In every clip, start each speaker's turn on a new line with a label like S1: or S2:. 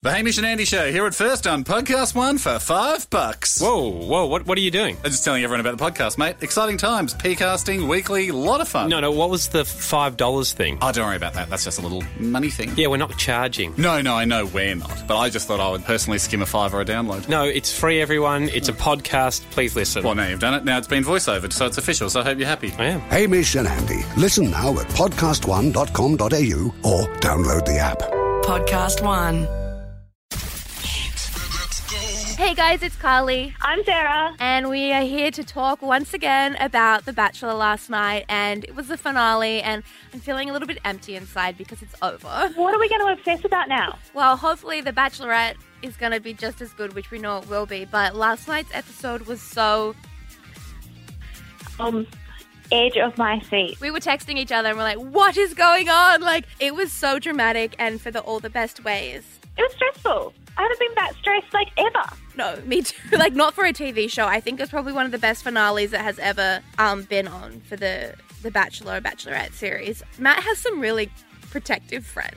S1: The Hamish and Andy Show here at first on Podcast One for five bucks.
S2: Whoa, whoa, what, what are you doing?
S1: I'm just telling everyone about the podcast, mate. Exciting times, Pcasting weekly, lot of fun.
S2: No, no, what was the $5 thing?
S1: Oh, don't worry about that. That's just a little money thing.
S2: Yeah, we're not charging.
S1: No, no, I know we're not, but I just thought I would personally skim a five or a download.
S2: No, it's free, everyone. It's a podcast. Please listen.
S1: Well, now you've done it. Now it's been voiceovered, so it's official. So I hope you're happy.
S2: I am.
S3: Hamish and Andy. Listen now at podcastone.com.au or download the app.
S4: Podcast One.
S5: Hey guys, it's Carly,
S6: I'm Sarah.
S5: and we are here to talk once again about The Bachelor last night, and it was the finale, and I'm feeling a little bit empty inside because it's over.
S6: What are we going to obsess about now?
S5: Well, hopefully, The Bachelorette is going to be just as good, which we know it will be, but last night's episode was so.
S6: Um, edge of my seat.
S5: We were texting each other and we're like, what is going on? Like, it was so dramatic and for the all the best ways.
S6: It was stressful. I haven't been that stressed like ever.
S5: No, me too. like, not for a TV show. I think it's probably one of the best finales that has ever um, been on for the the Bachelor Bachelorette series. Matt has some really protective friends.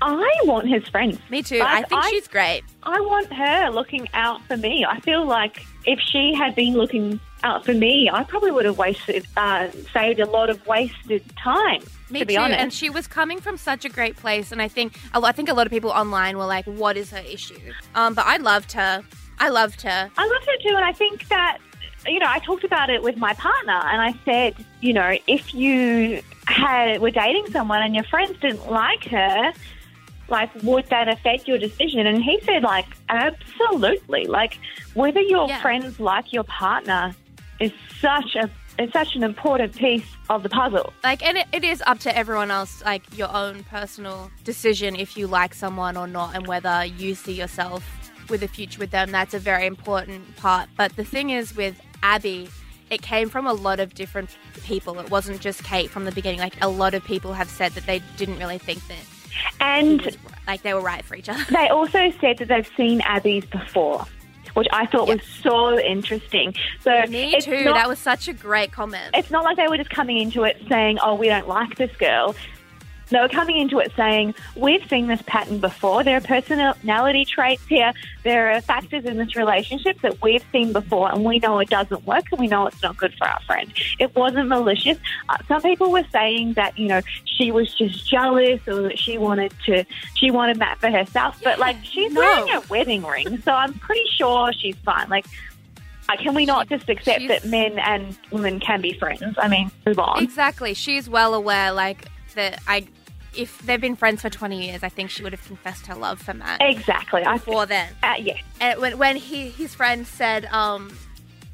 S6: I want his friends.
S5: Me too.
S6: But
S5: I think
S6: I-
S5: she's great.
S6: I want her looking out for me. I feel like if she had been looking out for me, I probably would have wasted, uh, saved a lot of wasted time.
S5: Me
S6: to be
S5: too.
S6: honest,
S5: And she was coming from such a great place, and I think a lo- I think a lot of people online were like, "What is her issue?" Um, but I loved her. I loved her.
S6: I loved her too, and I think that you know I talked about it with my partner, and I said, you know, if you had were dating someone and your friends didn't like her, like would that affect your decision? And he said, like, absolutely. Like whether your
S5: Yeah.
S6: friends like your partner is such a is such an important piece of the puzzle.
S5: Like, and it, it is up to everyone else, like your own personal decision if you like someone or not, and whether you see yourself with a future with them. That's a very important part. But the thing is, with Abby, it came from a lot of different people. It wasn't just Kate from the beginning. Like, a lot of people have said that they didn't really think that,
S6: And
S5: like, they were right for each other.
S6: They also said that they've seen Abby's before, which I thought was so interesting. So
S5: Me
S6: it's
S5: too.
S6: Not,
S5: that was such a great comment.
S6: It's not like they were just coming into it saying, "Oh, we don't like this girl." They were coming into it saying, "We've seen this pattern before. There are personality traits here. There are factors in this relationship that we've seen before, and we know it doesn't work, and we know it's not good for our friend. It wasn't malicious. Uh, some people were saying that you know she was just jealous, or that she wanted to, she wanted Matt for herself. But like she's
S5: no.
S6: wearing a wedding ring, so I'm pretty sure she's fine. Like uh, Can we not just accept
S5: she's-
S6: that men and women can be friends? I mean, move on.
S5: Exactly. She's well aware, like, that I, if they've been friends for 20 years, I think she would have confessed her love for Matt
S6: Exactly. I think.
S5: before then.
S6: Uh, yeah.
S5: And Eh, when, when he, his friend said, um,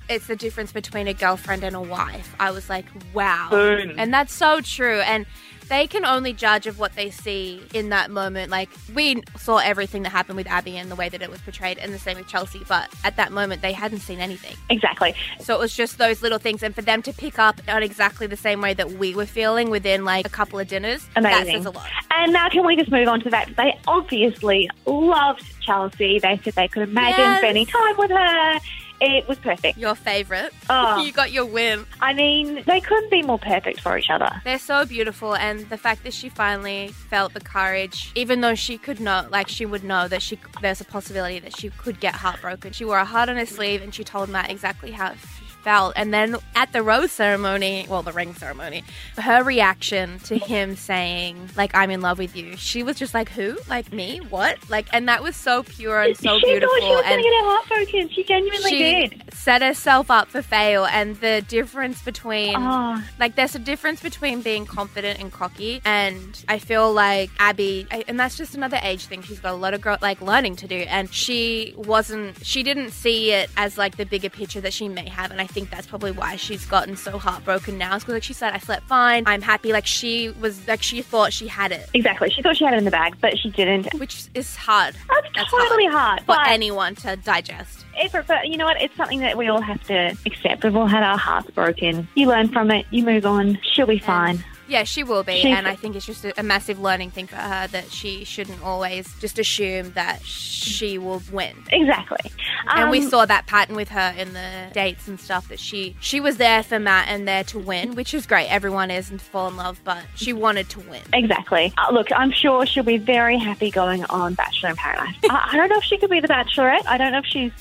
S5: it's the difference between a girlfriend and a wife, I was like, wow.
S6: Boom.
S5: And that's so true. And they can only judge of what they see in that moment. Like, we saw everything that happened with Abby and the way that it was portrayed, and the same with Chelsea, but at that moment, they hadn't seen anything.
S6: Exactly.
S5: So it was just those little things, and for them to pick up on exactly the same way that we were feeling within like a couple of dinners, that
S6: Amazing.
S5: says a lot.
S6: And now, can we just move on to that? They obviously loved Chelsea. They said they could imagine
S5: Yes.
S6: spending time with her. It was perfect.
S5: Your favorite,
S6: Oh.
S5: you got your win.
S6: I mean, they couldn't be more perfect for each other.
S5: They're so beautiful, and the fact that she finally felt the courage, even though she could know, like she would know that she there's a possibility that she could get heartbroken. She wore a heart on her sleeve, and she told Matt exactly how. it Felt. And then at the rose ceremony, well, the ring ceremony, her reaction to him saying, like, I'm in love with you, she was just like, who? Like, me? What? Like, and that was so pure and so
S6: she
S5: beautiful.
S6: thought she was going
S5: and
S6: to get her heart broken. She genuinely
S5: she
S6: did.
S5: set herself up for fail and the difference between
S6: Oh.
S5: like there's a difference between being confident and cocky and i feel like abby I, and that's just another age thing she's got a lot of gro- like learning to do and she wasn't she didn't see it as like the bigger picture that she may have and i think that's probably why she's gotten so heartbroken now because like she said i slept fine i'm happy like she was like she thought she had it
S6: Exactly. She thought she had it in the bag, but she didn't.
S5: which is hard
S6: That's, totally hard.
S5: for
S6: but
S5: anyone to digest
S6: It's, but you know what? It's something that we all have to accept. We've all had our hearts broken. You learn from it. You move on. She'll be fine.
S5: Yeah, she will be,
S6: She-
S5: and I think it's just a, a massive learning thing for her that she shouldn't always just assume that she will win.
S6: Exactly.
S5: and we
S6: Um,
S5: saw that pattern with her in the dates and stuff that she she was there for Matt and there to win, which is great. Everyone is and to fall in love, but she wanted to win.
S6: Exactly. Uh, look, I'm sure she'll be very happy going on Bachelor in Paradise. I, I don't know if she could be the Bachelorette. I don't know if she's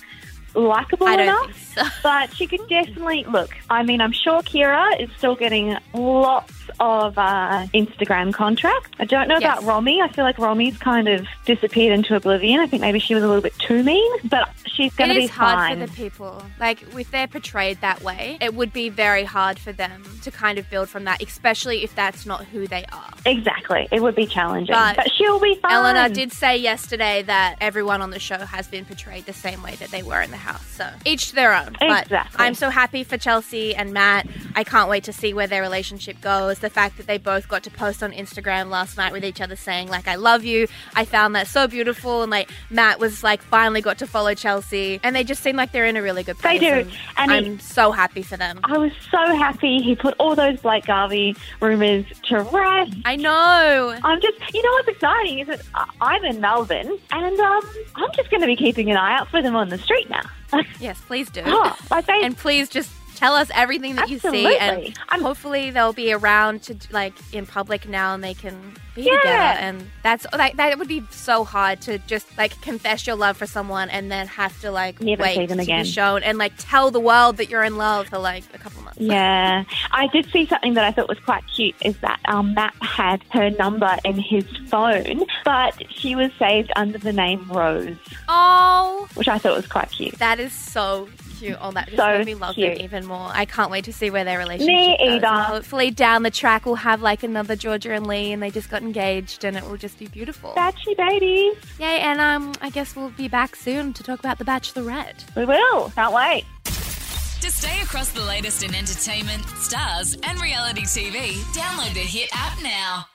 S6: likable
S5: I don't
S6: enough.
S5: think so.
S6: But she could definitely look. I mean, I'm sure Kira is still getting lots of uh, Instagram contracts. I don't know
S5: Yes.
S6: about Romy. I feel like Romy's kind of disappeared into oblivion. I think maybe she was a little bit too mean, but she's going
S5: It
S6: to be
S5: is hard
S6: fine.
S5: for the people. Like, if they're portrayed that way, it would be very hard for them to kind of build from that, especially if that's not who they are.
S6: exactly. It would be challenging,
S5: But
S6: but, she'll be fine.
S5: Eleanor did say yesterday that everyone on the show has been portrayed the same way that they were in the house. So each to their own. But
S6: Exactly.
S5: I'm so happy for Chelsea and Matt. I can't wait to see where their relationship goes. The fact that they both got to post on Instagram last night with each other saying, like, I love you. I found that so beautiful. And like Matt was like finally got to follow Chelsea. And they just seem like they're in a really good
S6: They
S5: place.
S6: do.
S5: And
S6: And Uh-huh.
S5: I'm
S6: he-
S5: so happy for them.
S6: I was so happy he put all those Blake Garvey rumours to rest.
S5: I know.
S6: I'm just, you know what's exciting is that I- I'm in Melbourne and um, I'm just going to be keeping an eye out for them on the street now.
S5: Yes, please do.
S6: Oh, my face.
S5: and please just tell us everything that you see. And
S6: Absolutely. I'm-
S5: hopefully they'll be around to like in public now, and they can be
S6: Yeah.
S5: together. And that's like that would be so hard to just like confess your love for someone and then have to like
S6: Never
S5: wait
S6: see them
S5: to
S6: again.
S5: be shown and like tell the world that you're in love for like a couple months.
S6: yeah. I did see something that I thought was quite cute is that um, Matt had her number in his phone, but she was saved under the name Rose,
S5: Oh,
S6: which I thought was quite cute.
S5: that is so. Cute. Oh, that just
S6: So
S5: made me love them
S6: cute.
S5: even more. I can't wait to see where their relationship goes.
S6: either.
S5: Hopefully, down the track, we'll have like another Georgia and Lee, and they just got engaged, and it will just be beautiful.
S6: Batchy babies.
S5: Yay, and um, I guess we'll be back soon to talk about The Bachelorette.
S6: We will. Can't wait.
S4: To stay across the latest in entertainment, stars, and reality TV, download the Hit app now.